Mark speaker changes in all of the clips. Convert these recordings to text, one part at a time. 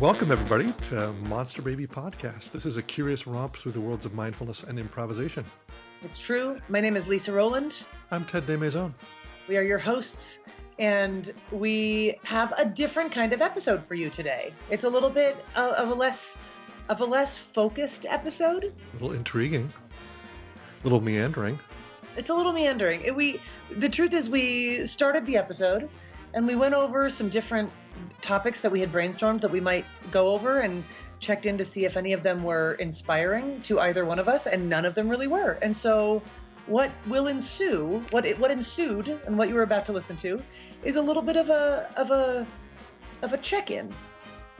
Speaker 1: Welcome, everybody, to Monster Baby Podcast. This is a curious romp through the worlds of mindfulness and improvisation.
Speaker 2: It's true. My name is Lisa Rowland.
Speaker 1: I'm Ted DeMaison.
Speaker 2: We are your hosts, and we have a different kind of episode for you today. It's a little bit of of a less of a less focused episode.
Speaker 1: A little intriguing, a little meandering.
Speaker 2: It's a little meandering. It- we the truth is we started the episode and we went over some different topics that we had brainstormed that we might go over and checked in to see if any of them were inspiring to either one of us and none of them really were. And so what will ensue, what it, what ensued and what you were about to listen to is a little bit of a of a of a check-in.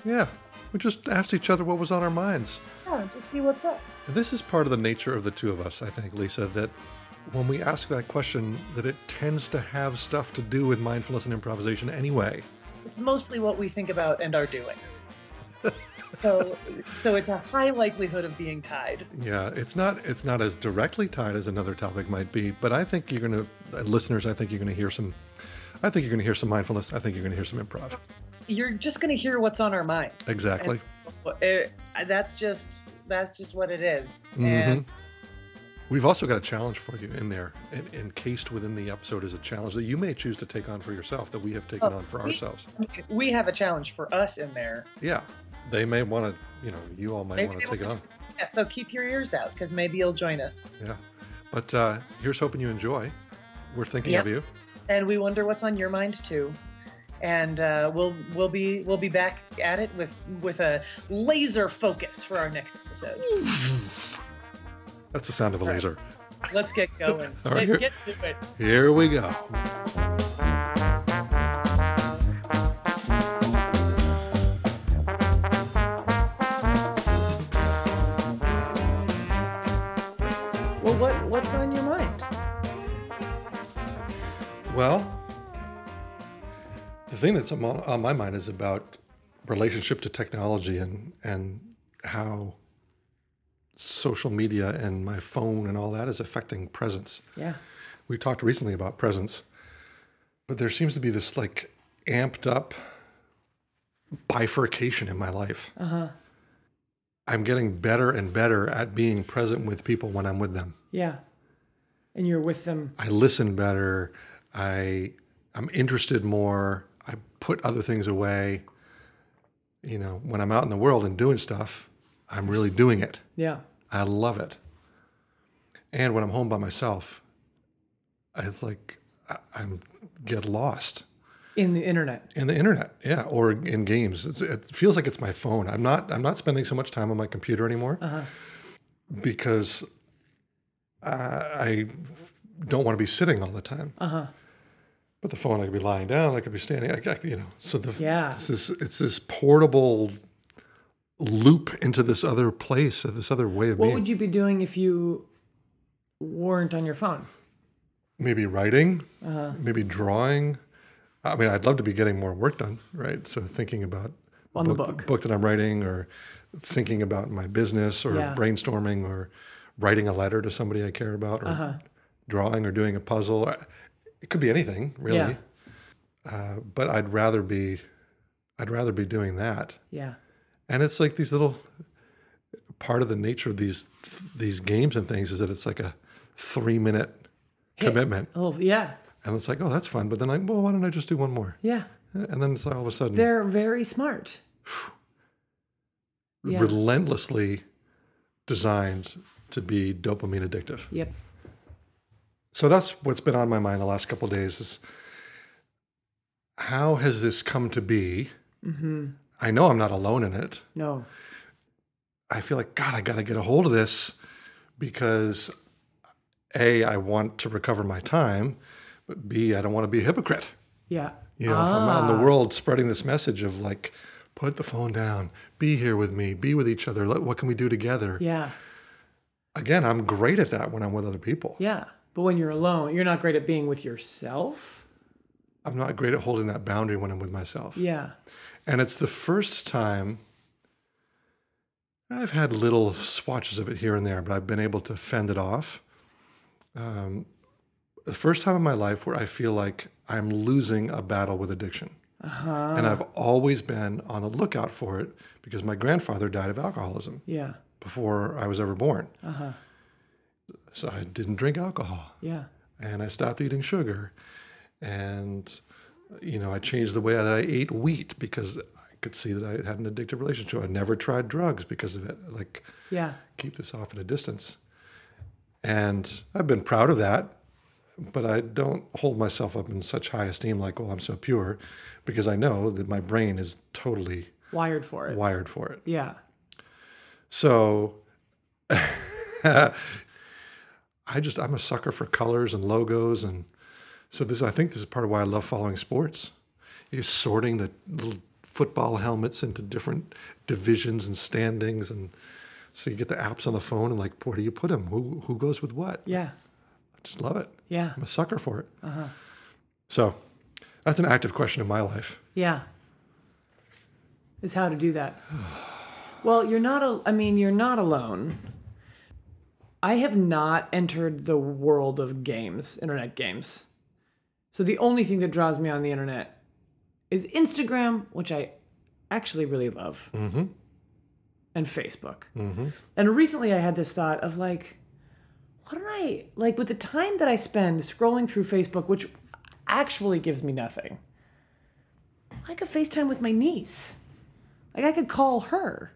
Speaker 1: Yeah, we just asked each other what was on our minds.
Speaker 2: Yeah, to see what's up.
Speaker 1: This is part of the nature of the two of us, I think, Lisa, that when we ask that question, that it tends to have stuff to do with mindfulness and improvisation anyway.
Speaker 2: it's mostly what we think about and are doing. so, so it's a high likelihood of being tied.
Speaker 1: Yeah, it's not it's not as directly tied as another topic might be, but I think you're gonna uh, listeners. I think you're gonna hear some. I think you're gonna hear some mindfulness. I think you're gonna hear some improv.
Speaker 2: You're just going to hear what's on our minds.
Speaker 1: Exactly.
Speaker 2: And so, uh, that's just that's just what it is.
Speaker 1: Mhm.
Speaker 2: And
Speaker 1: We've also got a challenge for you in there, and encased within the episode is a challenge that you may choose to take on for yourself that we have taken
Speaker 2: Oh,
Speaker 1: on for
Speaker 2: we-
Speaker 1: ourselves.
Speaker 2: we have a challenge for us in there.
Speaker 1: Yeah, they may want to. You know, you all might
Speaker 2: Maybe
Speaker 1: want
Speaker 2: they
Speaker 1: to take it on.
Speaker 2: want Yeah, so keep your ears out because maybe you'll join us.
Speaker 1: Yeah, but uh, here's hoping you enjoy. We're thinking
Speaker 2: Yeah.
Speaker 1: of you.
Speaker 2: And we wonder what's on your mind too. And uh, we'll we'll be we'll be back at it with with a laser focus for our next episode.
Speaker 1: That's the sound of a
Speaker 2: All right.
Speaker 1: laser.
Speaker 2: Let's get going.
Speaker 1: All right.
Speaker 2: get to it.
Speaker 1: Here we go.
Speaker 2: Well, what what's on your mind?
Speaker 1: Well, the thing that's on my, on my mind is about relationship to technology and and how social media and my phone and all that is affecting presence.
Speaker 2: Yeah.
Speaker 1: We talked recently about presence, but there seems to be this like amped up bifurcation in my life.
Speaker 2: Uh huh.
Speaker 1: I'm getting better and better at being present with people when I'm with them.
Speaker 3: Yeah. And you're with them.
Speaker 1: I listen better. I I'm interested more. I put other things away. You know, when I'm out in the world and doing stuff, I'm really doing it.
Speaker 3: Yeah.
Speaker 1: I love it. And when I'm home by myself, I like I, I'm get lost
Speaker 3: In the internet.
Speaker 1: in the internet, yeah, or in games. It's, it feels like it's my phone. I'm not I'm not spending so much time on my computer anymore
Speaker 3: Uh huh.
Speaker 1: because I, I don't want to be sitting all the time.
Speaker 3: Uh huh.
Speaker 1: But the phone, I could be lying down, I could be standing, I, I, you know. So the
Speaker 3: Yeah.
Speaker 1: it's this it's this portable loop into this other place, or this other way of
Speaker 3: What
Speaker 1: being.
Speaker 3: would you be doing if you weren't on your phone?
Speaker 1: maybe writing,
Speaker 3: Uh-huh.
Speaker 1: maybe drawing. I mean, I'd love to be getting more work done, right? So thinking about
Speaker 3: On the book.
Speaker 1: book that I'm writing, or thinking about my business, or
Speaker 3: Yeah.
Speaker 1: brainstorming, or writing a letter to somebody I care about, or
Speaker 3: Uh-huh.
Speaker 1: drawing, or doing a puzzle. It could be anything, really.
Speaker 3: Yeah.
Speaker 1: Uh, but I'd rather be, I'd rather be doing that.
Speaker 3: Yeah.
Speaker 1: And it's like these little part of the nature of these these games and things is that it's like a three minute
Speaker 3: Hit.
Speaker 1: commitment.
Speaker 3: Oh, yeah.
Speaker 1: And it's like, oh, that's fun. But then I, well, why don't I just do one more?
Speaker 3: Yeah.
Speaker 1: And then it's like all of a sudden
Speaker 3: They're very smart. yeah.
Speaker 1: relentlessly designed to be dopamine addictive.
Speaker 3: Yep.
Speaker 1: So that's what's been on my mind the last couple of days is how has this come to be?
Speaker 3: Mm-hmm.
Speaker 1: I know I'm not alone in it.
Speaker 3: No.
Speaker 1: I feel like, God, I got to get a hold of this because A, I want to recover my time, but B, I don't want to be a hypocrite.
Speaker 3: Yeah.
Speaker 1: You know, if I'm out in
Speaker 3: Ah.
Speaker 1: the world spreading this message of like, put the phone down, be here with me, be with each other. Let, what can we do together?
Speaker 3: Ah. Yeah.
Speaker 1: Again, I'm great at that when I'm with other people.
Speaker 3: Yeah. But when you're alone, you're not great at being with yourself.
Speaker 1: I'm not great at holding that boundary when I'm with myself.
Speaker 3: Yeah.
Speaker 1: And it's the first time I've had little swatches of it here and there, but I've been able to fend it off. Um, the first time in my life where I feel like I'm losing a battle with addiction. And I've always been on the lookout for it because my grandfather died of alcoholism
Speaker 2: Yeah.
Speaker 1: before I was ever born. So I didn't drink alcohol
Speaker 2: Yeah.
Speaker 1: and I stopped eating sugar. And, you know, I changed the way that I ate wheat because I could see that I had an addictive relationship. I never tried drugs because of it. Like,
Speaker 2: Yeah.
Speaker 1: keep this off at a distance. And I've been proud of that, but I don't hold myself up in such high esteem, like, well, I'm so pure, because I know that my brain is totally
Speaker 2: Wired for it.
Speaker 1: wired for it.
Speaker 2: Yeah.
Speaker 1: So I just, I'm a sucker for colors and logos. And so this, I think this is part of why I love following sports. Is sorting the little football helmets into different divisions and standings. And so you get the apps on the phone and like, where do you put them? Who, who goes with what?
Speaker 2: Yeah.
Speaker 1: I just love it.
Speaker 2: Yeah.
Speaker 1: I'm a sucker for it. So that's an active question in my life.
Speaker 2: Yeah. Is how to do that. Well, you're not al- I mean, you're not alone. I have not entered the world of games, internet games. So the only thing that draws me on the internet is Instagram, which I actually really love. Mm-hmm. And Facebook. Mm-hmm. And recently I had this thought of like, why don't I, like, with the time that I spend scrolling through Facebook, which actually gives me nothing, I could FaceTime with my niece. Like I could call her.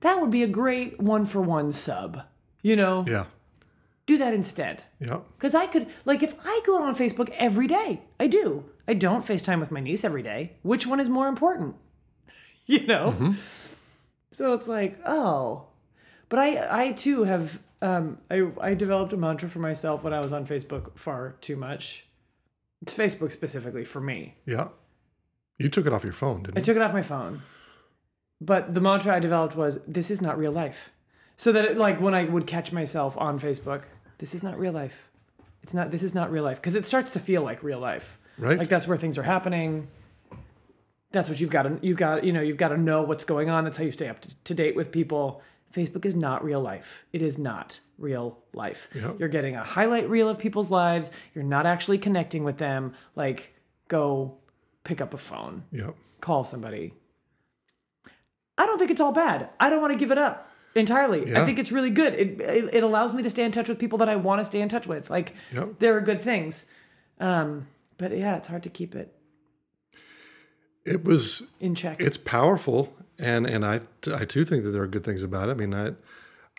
Speaker 2: That would be a great one for one sub. You know,
Speaker 1: Yeah.
Speaker 2: do that instead.
Speaker 1: Yeah.
Speaker 2: Because I could, like, if I go on Facebook every day, I do. I don't FaceTime with my niece every day. Which one is more important? You know? So it's like, oh. But I, I too have, um, I, I developed a mantra for myself when I was on Facebook far too much. It's Facebook specifically for me.
Speaker 1: Yeah. You took it off your phone, didn't
Speaker 2: I
Speaker 1: you?
Speaker 2: took it off my phone. But the mantra I developed was this is not real life. So that it, like when I would catch myself on Facebook, this is not real life. It's not this is not real life because it starts to feel like real life.
Speaker 1: Right.
Speaker 2: Like that's where things are happening. That's what you've got to you've got you know you've got to know what's going on. That's how you stay up to, to date with people. Facebook is not real life. It is not real life.
Speaker 1: Yep.
Speaker 2: You're getting a highlight reel of people's lives. You're not actually connecting with them. Like go pick up a phone
Speaker 1: yeah.
Speaker 2: call somebody. I don't think it's all bad. I don't want to give it up entirely. I
Speaker 1: Yeah.
Speaker 2: think it's really good. It, it it allows me to stay in touch with people that I want to stay in touch with. Like
Speaker 1: Yep.
Speaker 2: there are good things, um, but yeah, it's hard to keep it
Speaker 1: It was
Speaker 2: in check.
Speaker 1: it's powerful and and I I too think that there are good things about it. I mean, I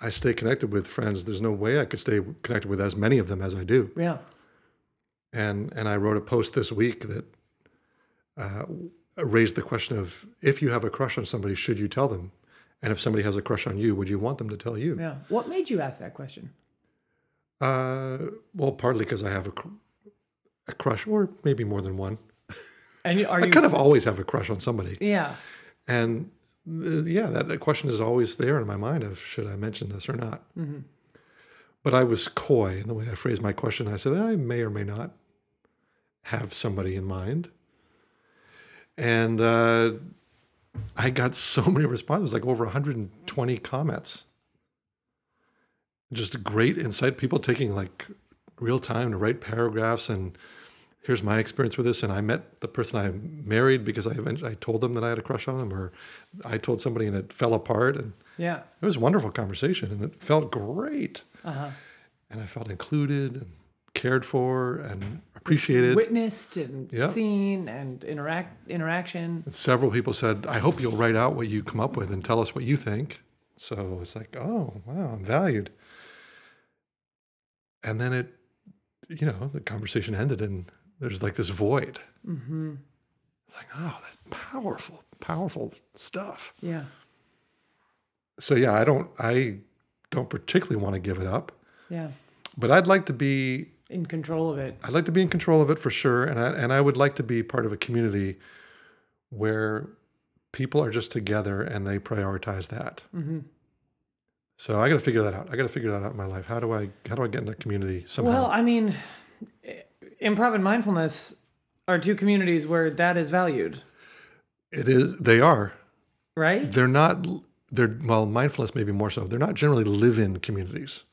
Speaker 1: I stay connected with friends. There's no way I could stay connected with as many of them as I do.
Speaker 2: yeah,
Speaker 1: And and I wrote a post this week that uh, raised the question of if you have a crush on somebody, should you tell them? And if somebody has a crush on you, would you want them to tell you?
Speaker 2: yeah. What made you ask that question?
Speaker 1: Uh, well, partly because I have a, cr- a crush, or maybe more than one.
Speaker 2: And you- are
Speaker 1: I
Speaker 2: you
Speaker 1: kind of always have a crush on somebody.
Speaker 2: yeah?
Speaker 1: And uh, yeah, that, that question is always there in my mind of should I mention this or not. But I was coy in the way I phrased my question. I said I may or may not have somebody in mind, and uh, I got so many responses, like over 120 comments. Just great insight. People taking like real time to write paragraphs and here's my experience with this and i met the person i married because i eventually i told them that i had a crush on them or i told somebody and it fell apart and
Speaker 2: Yeah,
Speaker 1: it was a wonderful conversation and it felt great and i felt included and cared for and appreciated
Speaker 2: witnessed and
Speaker 1: Yeah.
Speaker 2: seen and interact interaction.
Speaker 1: and several people said i hope you'll write out what you come up with and tell us what you think so it's like oh wow i'm valued and then it you know the conversation ended and there's like this void It's like oh that's powerful powerful stuff
Speaker 2: Yeah,
Speaker 1: so yeah i don't i don't particularly want to give it up
Speaker 2: yeah.
Speaker 1: but i'd like to be
Speaker 2: In control of it.
Speaker 1: I'd like to be in control of it for sure, and I, and I would like to be part of a community where people are just together and they prioritize that.
Speaker 2: Mm-hmm.
Speaker 1: So I got to figure that out. I got to figure that out in my life. How do I how do I get in a community somehow?
Speaker 2: Well, I mean, improv and mindfulness are two communities where that is valued,
Speaker 1: it is they are
Speaker 2: right?
Speaker 1: they're not they're well mindfulness maybe more so. They're not generally live in communities.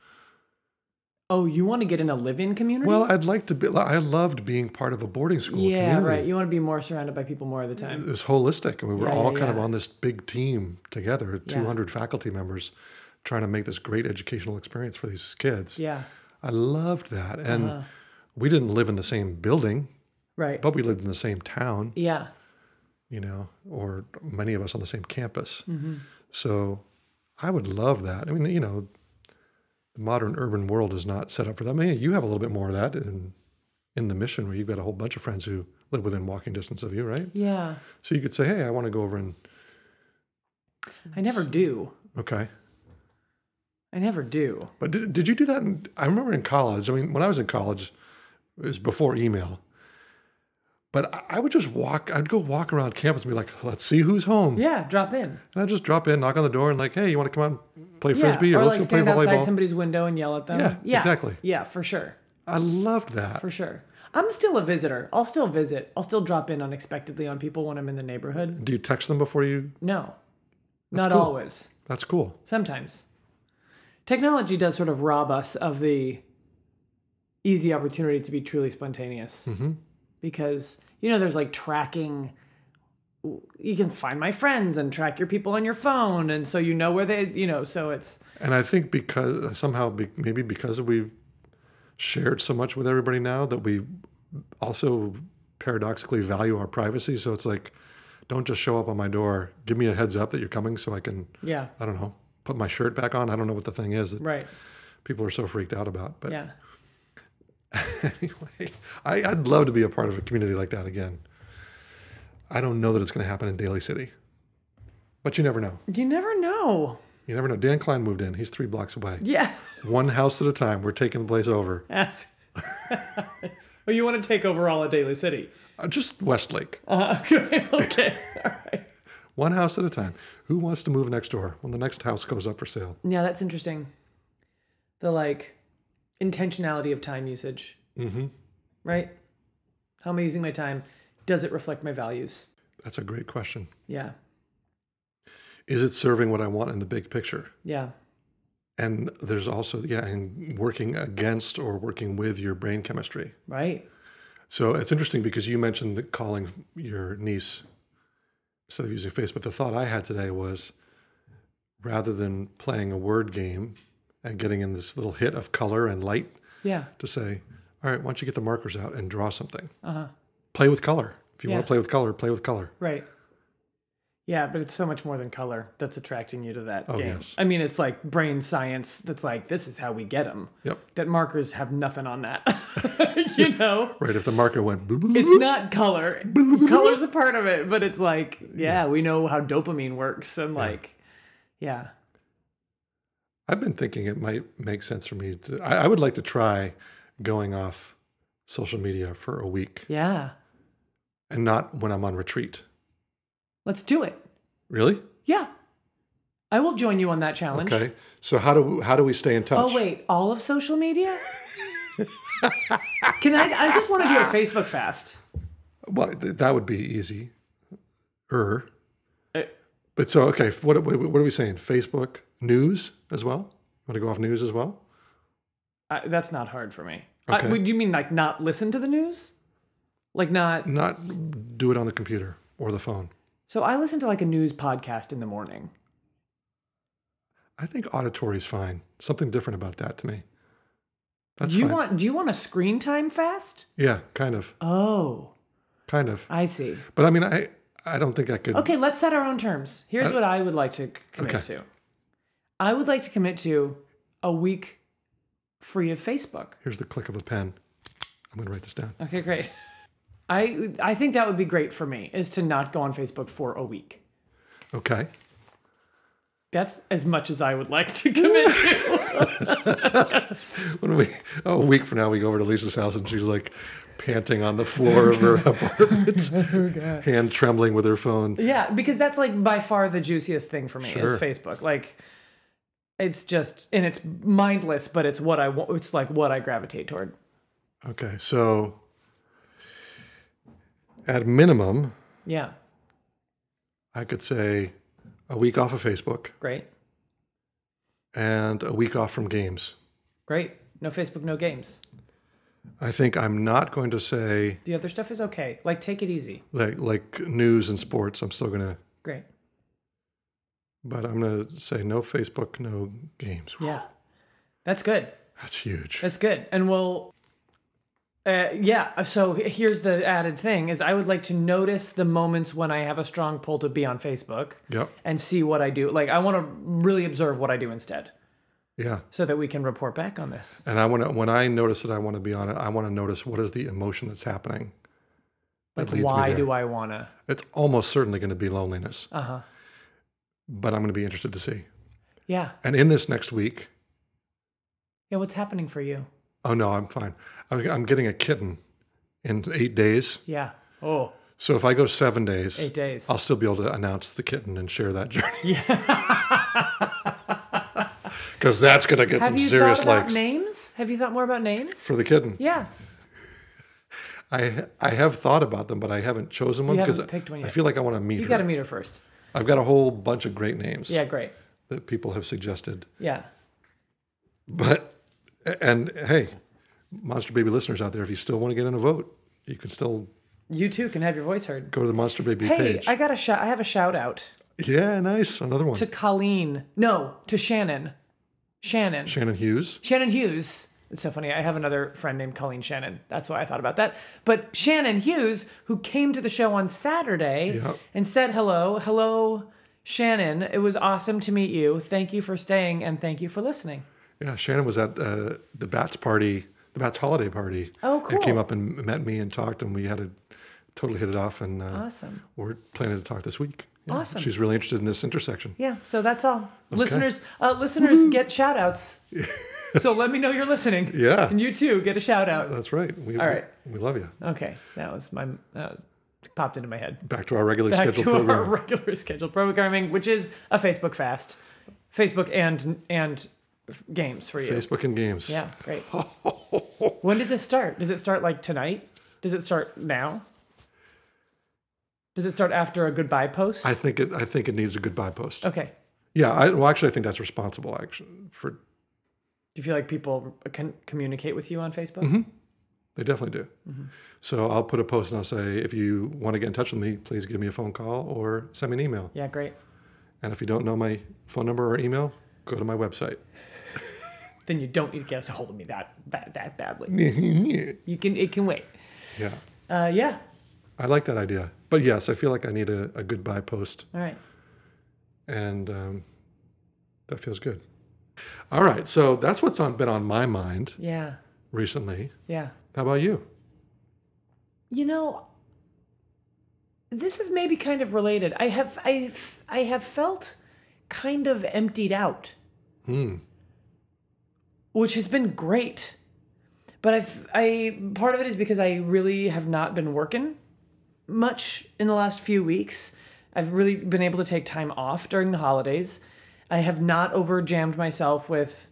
Speaker 2: Oh, you want to get in a live-in community?
Speaker 1: Well, I'd like to be. I loved being part of a boarding school
Speaker 2: yeah,
Speaker 1: community.
Speaker 2: right. You want to be more surrounded by people more of the time.
Speaker 1: It was holistic, and we were
Speaker 2: Yeah,
Speaker 1: all
Speaker 2: yeah,
Speaker 1: kind of
Speaker 2: yeah.
Speaker 1: on this big team together, 200 faculty members, trying to make this great educational experience for these kids.
Speaker 2: Yeah, Uh-huh.
Speaker 1: I loved that, and we didn't live in the same building,
Speaker 2: right.
Speaker 1: but we lived in the same town,
Speaker 2: yeah,
Speaker 1: you know, or many of us on the same campus.
Speaker 2: Mm-hmm.
Speaker 1: So, I would love that. I mean, you know, the modern urban world is not set up for that. I mean, you have a little bit more of that in in the mission, where you've got a whole bunch of friends who live within walking distance of you, right?
Speaker 2: yeah.
Speaker 1: So you could say, "Hey, I want to go over and
Speaker 2: I never do.
Speaker 1: okay."
Speaker 2: I never do.
Speaker 1: But did, did you do that? In, I remember in college. I mean, when I was in college, it was before email. But I- I would just walk. I'd go walk around campus and be like, "Let's see who's home."
Speaker 2: Yeah, drop in.
Speaker 1: And I'd just drop in, knock on the door, and like, "Hey, you want to come out and play
Speaker 2: Yeah,
Speaker 1: frisbee or,
Speaker 2: or
Speaker 1: let's
Speaker 2: like
Speaker 1: go play
Speaker 2: stand outside
Speaker 1: volleyball?"
Speaker 2: somebody's window and yell at them.
Speaker 1: Yeah, exactly.
Speaker 2: Yeah, for sure.
Speaker 1: I loved that.
Speaker 2: For sure. I'm still a visitor. I'll still visit. I'll still drop in unexpectedly on people when I'm in the neighborhood.
Speaker 1: Do you text them before you?
Speaker 2: No, not
Speaker 1: cool.
Speaker 2: always.
Speaker 1: That's cool.
Speaker 2: Sometimes. Technology does sort of rob us of the easy opportunity to be truly spontaneous. Because, you know, there's like tracking. You can find my friends and track your people on your phone. And so you know where they, you know, so it's,
Speaker 1: And I think because somehow, be, maybe because we've shared so much with everybody now, that we also paradoxically value our privacy. So it's like, don't just show up on my door. Give me a heads up that you're coming, so I can,
Speaker 2: yeah,
Speaker 1: I don't know, put my shirt back on. I don't know what the thing is that
Speaker 2: right.
Speaker 1: people are so freaked out about. But
Speaker 2: Yeah.
Speaker 1: anyway, I, I'd love to be a part of a community like that again. I don't know that it's going to happen in Daly City, but you never know.
Speaker 2: You never know.
Speaker 1: You never know. Dan Klein moved in. He's three blocks away.
Speaker 2: Yeah.
Speaker 1: One house at a time. We're taking the place over.
Speaker 2: That's. well, you want to take over all of Daly City.
Speaker 1: Uh, just Westlake,
Speaker 2: Uh, okay. okay.
Speaker 1: one house at a time. Who wants to move next door when the next house goes up for sale?
Speaker 2: Yeah, that's interesting. The like intentionality of time usage. Mm-hmm. Right? How am I using my time? Does it reflect my values?
Speaker 1: That's a great question.
Speaker 2: Yeah.
Speaker 1: Is it serving what I want in the big picture?
Speaker 2: Yeah.
Speaker 1: And there's also, yeah, and working against or working with your brain chemistry.
Speaker 2: Right.
Speaker 1: So it's interesting because you mentioned that calling your niece instead of using Facebook. The thought I had today was rather than playing a word game and getting in this little hit of color and light,
Speaker 2: Yeah.
Speaker 1: to say, all right, why don't you get the markers out and draw something? Play with color. If you want
Speaker 2: Uh-huh. Yeah.
Speaker 1: to play with color, play with color.
Speaker 2: Right. Yeah, but it's so much more than color that's attracting you to that game.
Speaker 1: yes.
Speaker 2: I mean, it's like brain science that's like, this is how we get them.
Speaker 1: Yep.
Speaker 2: That markers have nothing on that. you know?
Speaker 1: Right. If the marker went, boop, boop, boop,
Speaker 2: It's not color. Color's a part of it, but it's like, yeah, we know how dopamine works and like, yeah.
Speaker 1: I've been thinking it might make sense for me to. I, I would like to try going off social media for a week
Speaker 2: Yeah.
Speaker 1: and not when I'm on retreat.
Speaker 2: Let's do it.
Speaker 1: Really?
Speaker 2: Yeah. I will join you on that challenge.
Speaker 1: Okay. So how do how do we stay in touch?
Speaker 2: Oh wait, all of social media? Can I I just want to do a Facebook fast.
Speaker 1: Well, th- that would be easy. Er.
Speaker 2: Uh,
Speaker 1: But so okay, f- what, what what are we saying? Facebook news as well. Want to go off news as well?
Speaker 2: I, that's not hard for me. I-
Speaker 1: Okay.
Speaker 2: would you mean like not listen to the news? Like not
Speaker 1: Not do it on the computer or the phone.
Speaker 2: So I listen to like a news podcast in the morning.
Speaker 1: I think auditory is fine. Something different about that to me. That's
Speaker 2: do you
Speaker 1: fine.
Speaker 2: want do you want a screen time fast?
Speaker 1: yeah, kind of,
Speaker 2: Oh,
Speaker 1: kind of.
Speaker 2: I see.
Speaker 1: But I mean, I I don't think I could.
Speaker 2: Okay, let's set our own terms. Here's
Speaker 1: Uh,
Speaker 2: what I would like to c- commit
Speaker 1: okay.
Speaker 2: to. I would like to commit to a week free of Facebook.
Speaker 1: Here's the click of a pen. I'm gonna write this down.
Speaker 2: Okay, great. I I think that would be great for me is to not go on Facebook for a week.
Speaker 1: Okay.
Speaker 2: That's as much as I would like to commit to.
Speaker 1: When we oh, a week from now we go over to Lisa's house and she's like panting on the floor of her apartment,
Speaker 2: Oh,
Speaker 1: hand trembling with her phone.
Speaker 2: yeah, because that's like by far the juiciest thing for me
Speaker 1: Sure.
Speaker 2: is Facebook. Like it's just and it's mindless, but it's what I want it's like what I gravitate toward.
Speaker 1: Okay, so at minimum,
Speaker 2: Yeah.
Speaker 1: I could say a week off of Facebook
Speaker 2: Great.
Speaker 1: and a week off from games.
Speaker 2: Great. No Facebook, no games.
Speaker 1: I think I'm not going to say
Speaker 2: The other stuff is okay. Like, take it easy.
Speaker 1: like like news and sports. I'm still gonna,
Speaker 2: Great.
Speaker 1: but I'm gonna say no Facebook, no games.
Speaker 2: Yeah. That's good.
Speaker 1: That's huge.
Speaker 2: That's good. And we'll, uh, yeah. So he- here's the added thing: is I would like to notice the moments when I have a strong pull to be on Facebook
Speaker 1: Yep.
Speaker 2: and see what I do. Like I want to really observe what I do instead,
Speaker 1: Yeah.
Speaker 2: so that we can report back on this.
Speaker 1: And I want to when I notice that I want to be on it, I want to notice what is the emotion that's happening. That
Speaker 2: Like,
Speaker 1: leads me
Speaker 2: why
Speaker 1: there.
Speaker 2: do I wanna?
Speaker 1: It's almost certainly going to be loneliness,
Speaker 2: Uh huh.
Speaker 1: but I'm going to be interested to see.
Speaker 2: Yeah.
Speaker 1: And in this next week,
Speaker 2: Yeah. What's happening for you?
Speaker 1: oh no, I'm fine. I'm I'm getting a kitten in eight days.
Speaker 2: Yeah. Oh,
Speaker 1: So if I go seven days,
Speaker 2: eight days.
Speaker 1: I'll still be able to announce the kitten and share that journey. Yeah. Because that's going to get
Speaker 2: have
Speaker 1: some
Speaker 2: you
Speaker 1: serious
Speaker 2: thought about
Speaker 1: likes
Speaker 2: names? Have you thought more about names?
Speaker 1: for the kitten.
Speaker 2: Yeah.
Speaker 1: I I have thought about them, but I haven't chosen one
Speaker 2: haven't
Speaker 1: because
Speaker 2: picked one
Speaker 1: I
Speaker 2: yet.
Speaker 1: feel like I want to meet
Speaker 2: You
Speaker 1: her.
Speaker 2: got to meet her first.
Speaker 1: I've got a whole bunch of great names
Speaker 2: Yeah. Great.
Speaker 1: that people have suggested.
Speaker 2: Yeah.
Speaker 1: But and hey, Monster Baby listeners out there, if you still want to get in a vote, you can still
Speaker 2: You too can have your voice heard.
Speaker 1: go to the Monster Baby
Speaker 2: Hey,
Speaker 1: page.
Speaker 2: I got a shout. I have a shout out.
Speaker 1: yeah, nice. Another one.
Speaker 2: to Colleen. No, to Shannon. Shannon.
Speaker 1: Shannon Hughes.
Speaker 2: Shannon Hughes. It's so funny. I have another friend named Colleen Shannon. That's why I thought about that. But Shannon Hughes, who came to the show on Saturday
Speaker 1: Yep.
Speaker 2: and said hello. Hello, Shannon. It was awesome to meet you. Thank you for staying and thank you for listening.
Speaker 1: Yeah, Shannon was at uh, the Bats party, the Bats holiday party.
Speaker 2: Oh,
Speaker 1: And came
Speaker 2: cool.
Speaker 1: up and met me and talked, and we had a totally hit it off. And uh,
Speaker 2: Awesome.
Speaker 1: we're planning to talk this week. Yeah,
Speaker 2: Awesome.
Speaker 1: She's really interested in this intersection.
Speaker 2: Yeah, so that's all. Listeners uh, listeners get shout outs. so let me know you're listening.
Speaker 1: Yeah.
Speaker 2: And you too get a shout out.
Speaker 1: That's right. We,
Speaker 2: All right.
Speaker 1: We, we love you.
Speaker 2: Okay. That was my that was popped into my head.
Speaker 1: Back to our regularly
Speaker 2: back to
Speaker 1: scheduled program.
Speaker 2: our regular scheduled programming, which is a Facebook fast, Facebook and and f- games for you.
Speaker 1: Facebook and games.
Speaker 2: Yeah, great. when does it start? Does it start like tonight? Does it start now? Does it start after a goodbye post?
Speaker 1: I think it. I think it needs a goodbye post.
Speaker 2: okay.
Speaker 1: Yeah. I, well, actually, I think that's responsible action for.
Speaker 2: Do you feel like people can communicate with you on Facebook?
Speaker 1: Mm-hmm. They definitely do.
Speaker 2: Mm-hmm.
Speaker 1: So I'll put a post and I'll say, if you want to get in touch with me, please give me a phone call or send me an email.
Speaker 2: Yeah, great.
Speaker 1: And if you don't know my phone number or email, go to my website.
Speaker 2: Then you don't need to get a hold of me that that, that badly.
Speaker 1: yeah.
Speaker 2: You can it can wait. Uh, yeah.
Speaker 1: I like that idea. But yes, I feel like I need a, a goodbye post,
Speaker 2: All right.
Speaker 1: and um, that feels good. All right. So that's what's on, been on my mind
Speaker 2: Yeah.
Speaker 1: recently.
Speaker 2: Yeah.
Speaker 1: How about you?
Speaker 2: You know, this is maybe kind of related. I have I I have felt kind of emptied out. Which has been great. But I've I part of it is because I really have not been working much in the last few weeks. I've really been able to take time off during the holidays. I have not over jammed myself with